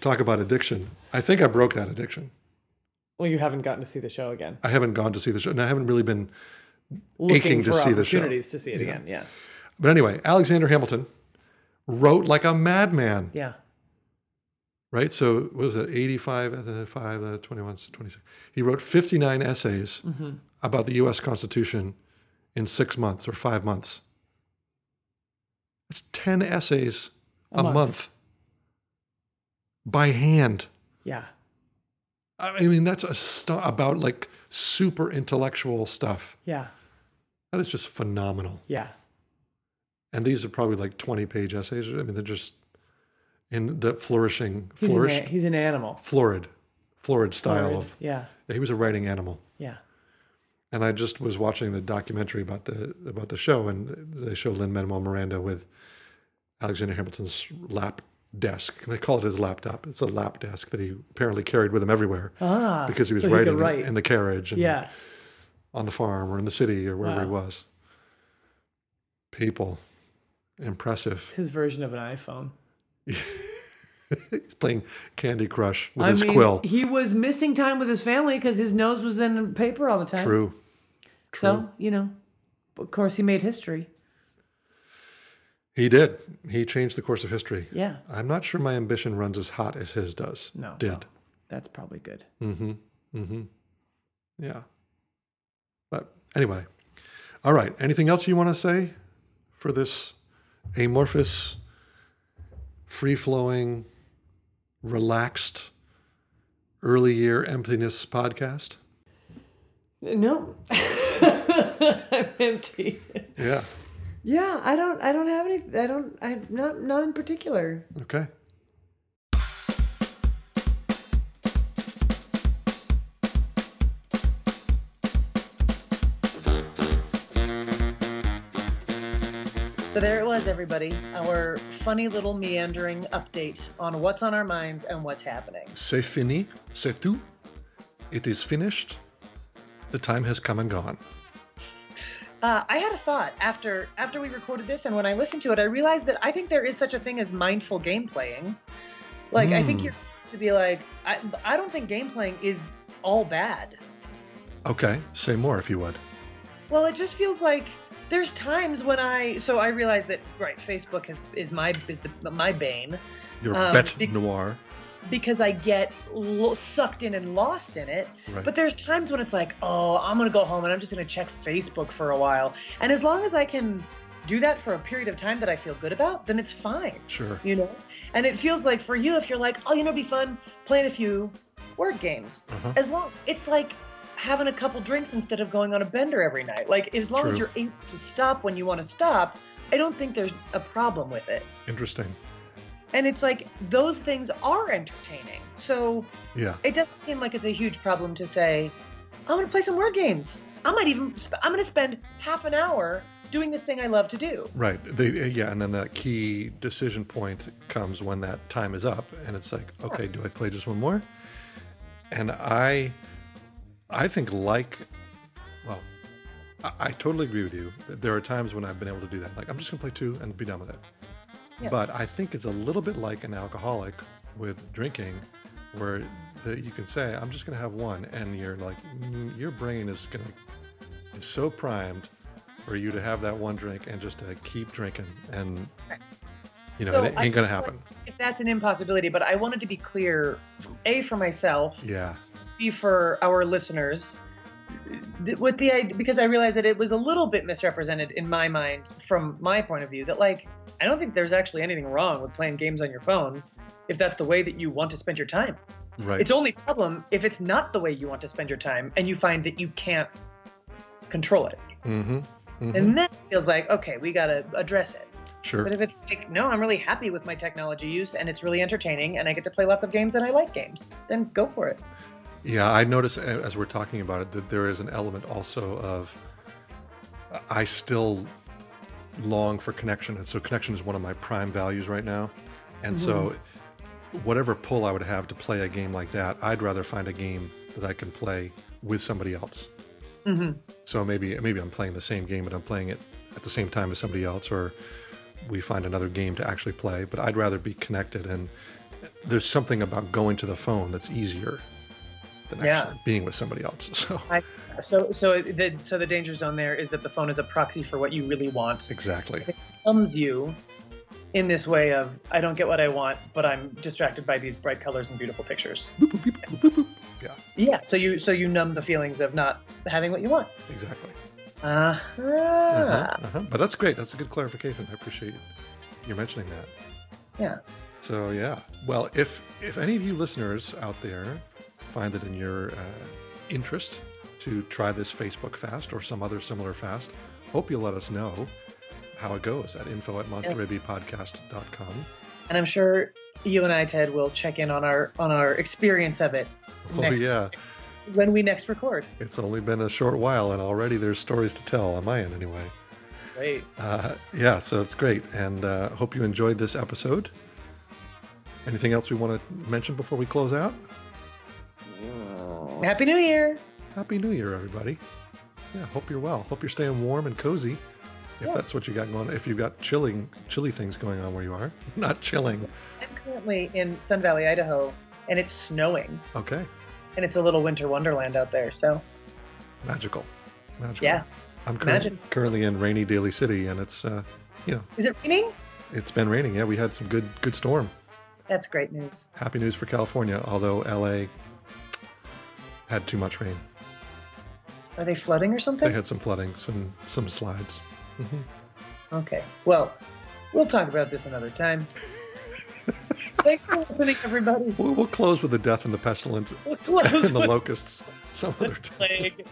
Speaker 1: Talk about addiction. I think I broke that addiction.
Speaker 2: Well, you haven't gotten to see the show again.
Speaker 1: I haven't gone to see the show, and I haven't really been.
Speaker 2: Looking
Speaker 1: Aching to
Speaker 2: for
Speaker 1: see the show.
Speaker 2: opportunities to see it again. Yeah.
Speaker 1: But anyway, Alexander Hamilton wrote like a madman,
Speaker 2: Yeah.
Speaker 1: right? So what was it, 85, uh, 5, uh, 21, 26. He wrote 59 essays about the U.S. Constitution in six months or five months. That's 10 essays a, month.
Speaker 2: month.
Speaker 1: by hand.
Speaker 2: Yeah.
Speaker 1: I I mean, that's a st- about like super intellectual stuff.
Speaker 2: Yeah.
Speaker 1: That is just phenomenal.
Speaker 2: Yeah.
Speaker 1: and these are probably like 20 page essays i mean they're just in the flourishing
Speaker 2: He's, an,
Speaker 1: flourished
Speaker 2: a- he's an animal.
Speaker 1: florid florid style
Speaker 2: Bird.
Speaker 1: of
Speaker 2: Yeah.
Speaker 1: he was a writing animal
Speaker 2: Yeah.
Speaker 1: and i just was watching the documentary about the about the show and they show lynn manuel miranda with alexander hamilton's lap desk they call it his laptop it's a lap desk that he apparently carried with him everywhere
Speaker 2: Ah.
Speaker 1: because he was
Speaker 2: so he could
Speaker 1: writing in-
Speaker 2: write.
Speaker 1: in the carriage and
Speaker 2: Yeah.
Speaker 1: on the farm or in the city or wherever he
Speaker 2: Wow.
Speaker 1: was people impressive
Speaker 2: It's his version of an iPhone.
Speaker 1: He's playing Candy Crush with
Speaker 2: I
Speaker 1: his
Speaker 2: mean,
Speaker 1: quill.
Speaker 2: he was missing time with his family because his nose was in paper all the time.
Speaker 1: True.
Speaker 2: So, you know, of course, he made history.
Speaker 1: He did. He changed the course of history.
Speaker 2: Yeah.
Speaker 1: I'm not sure my ambition runs as hot as his does.
Speaker 2: No,
Speaker 1: Did.
Speaker 2: That's probably good.
Speaker 1: Yeah. But anyway. All right. Anything else you want to say for this amorphous, free flowing, relaxed, early year emptiness podcast?
Speaker 2: No. I'm empty.
Speaker 1: Yeah.
Speaker 2: Yeah, I don't I don't have any I don't I not not in particular.
Speaker 1: Okay.
Speaker 4: So there it was, everybody. Our funny little meandering update on what's on our minds and what's happening.
Speaker 1: C'est fini. C'est tout. It is finished. The time has come and gone.
Speaker 4: Uh, I had a thought after after we recorded this, and when I listened to it, I realized that I think there is such a thing as mindful game playing. Like, I
Speaker 1: Hmm.
Speaker 4: think you're supposed to be like, I, I don't think game playing is all bad.
Speaker 1: Okay, say more if you would.
Speaker 4: Um, Well, it just feels like there's times when I so I realize that right, Facebook is is my is the, my bane
Speaker 1: Your
Speaker 4: Um,
Speaker 1: bet
Speaker 4: bec-
Speaker 1: noir.
Speaker 4: because I get lo- sucked in and lost in it.
Speaker 1: Right.
Speaker 4: But there's times when it's like, oh, I'm gonna go home and I'm just gonna check Facebook for a while. And as long as I can do that for a period of time that I feel good about, then it's fine.
Speaker 1: Sure.
Speaker 4: You know? And it feels like for you, if you're like, oh, you know, it'd be fun playing a few word games.
Speaker 1: Uh-huh.
Speaker 4: As long it's like having a couple drinks instead of going on a bender every night. Like as long
Speaker 1: True.
Speaker 4: as you're able to stop when you want to stop, I don't think there's a problem with it.
Speaker 1: Interesting.
Speaker 4: And it's like those things are entertaining. So
Speaker 1: Yeah.
Speaker 4: it doesn't seem like it's a huge problem to say, I'm going to play some word games. I might even, sp- I'm going to spend half an hour doing this thing I love to do.
Speaker 1: Right. They, yeah, and then that key decision point comes when that time is up, and it's like, okay, do I play just one more? And I, I think like, well, I, I totally agree with you. There are times when I've been able to do that. Like, I'm just gonna play two and be done with it.
Speaker 4: Yeah.
Speaker 1: But I think it's a little bit like an alcoholic with drinking, where that you can say, I'm just gonna have one, and you're like, mm, your brain is gonna is so primed for you to have that one drink and just to keep drinking and you know
Speaker 4: So
Speaker 1: it
Speaker 4: I
Speaker 1: ain't gonna
Speaker 4: feel like
Speaker 1: happen
Speaker 4: If that's an impossibility, but I wanted to be clear, A, for myself,
Speaker 1: yeah
Speaker 4: be for our listeners th- with the idea because i realized that it was a little bit misrepresented in my mind from my point of view that like i don't think there's actually anything wrong with playing games on your phone if that's the way that you want to spend your time
Speaker 1: right
Speaker 4: it's only a problem if it's not the way you want to spend your time and you find that you can't control it
Speaker 1: mm-hmm,
Speaker 4: and then it feels like okay we got to address it but
Speaker 1: sure
Speaker 4: if it's like no i'm really happy with my technology use and it's really entertaining and i get to play lots of games and i like games then go for it
Speaker 1: yeah i notice a- as we're talking about it that there is an element also of i still long for connection and so connection is one of my prime values right now and so whatever pull i would have to play a game like that i'd rather find a game that i can play with somebody else So maybe maybe I'm playing the same game, but I'm playing it at the same time as somebody else, or we find another game to actually play. But I'd rather be connected, and there's something about going to the phone that's easier than
Speaker 4: Yeah.
Speaker 1: actually being with somebody else. So
Speaker 4: I, so so the so the danger zone there is that the phone is a proxy for what you really want. It
Speaker 1: exactly.
Speaker 4: sums you in this way of I don't get what I want, but I'm distracted by these bright colors and beautiful pictures.
Speaker 1: Yeah,
Speaker 4: Yeah. So you so you numb the feelings of not having what you want.
Speaker 1: exactly.
Speaker 4: Uh-huh.
Speaker 1: Uh-huh, uh-huh. But that's great. That's a good clarification. I appreciate you mentioning that.
Speaker 4: Yeah.
Speaker 1: So yeah. Well, if if any of you listeners out there find it in your uh, interest to try this Facebook fast or some other similar fast, hope you'll let us know how it goes at info at montereybaypodcast.com.
Speaker 4: And I'm sure you and I, Ted, will check in on our on our experience of it
Speaker 1: Oh
Speaker 4: Next.
Speaker 1: yeah,
Speaker 4: when we next record.
Speaker 1: it's only been a short while, and already there's stories to tell on my end anyway.
Speaker 4: Great.
Speaker 1: Uh, yeah, so it's great, and uh, hope you enjoyed this episode. Anything else we want to mention before we close out?
Speaker 4: Happy New Year.
Speaker 1: Happy New Year, everybody. Yeah, hope you're well. Hope you're staying warm and cozy. If that's what you got going, if you've got chilling, chilly things going on where you are, not chilling.
Speaker 4: I'm currently in Sun Valley, Idaho, and it's snowing,
Speaker 1: Okay,
Speaker 4: and it's a little winter wonderland out there. So
Speaker 1: magical, magical.
Speaker 4: yeah,
Speaker 1: I'm curr-
Speaker 4: Imagine.
Speaker 1: currently in rainy Daly City, and it's, uh, you know,
Speaker 4: is it raining?
Speaker 1: it's been raining. Yeah, we had some good, good storm.
Speaker 4: That's great news.
Speaker 1: Happy news for California, although LA had too much rain.
Speaker 4: Are they flooding or
Speaker 1: They
Speaker 4: something?
Speaker 1: had some flooding, some some slides.
Speaker 4: Okay. Well, we'll talk about this another time. Thanks for listening, everybody.
Speaker 1: We'll, we'll close with the death and the pestilence
Speaker 4: We'll close
Speaker 1: and the
Speaker 4: with
Speaker 1: locusts some other time.
Speaker 4: plague.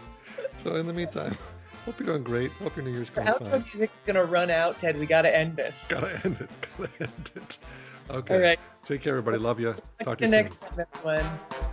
Speaker 1: So in the meantime, hope you're doing great. Hope your New Year's going
Speaker 4: Outro
Speaker 1: fine.
Speaker 4: music is gonna run out, Ted. We gotta end this.
Speaker 1: Gotta end it. Gotta end it. Okay.
Speaker 4: All right.
Speaker 1: Take care, everybody. Love you. Talk to you
Speaker 4: next
Speaker 1: soon.
Speaker 4: time, everyone.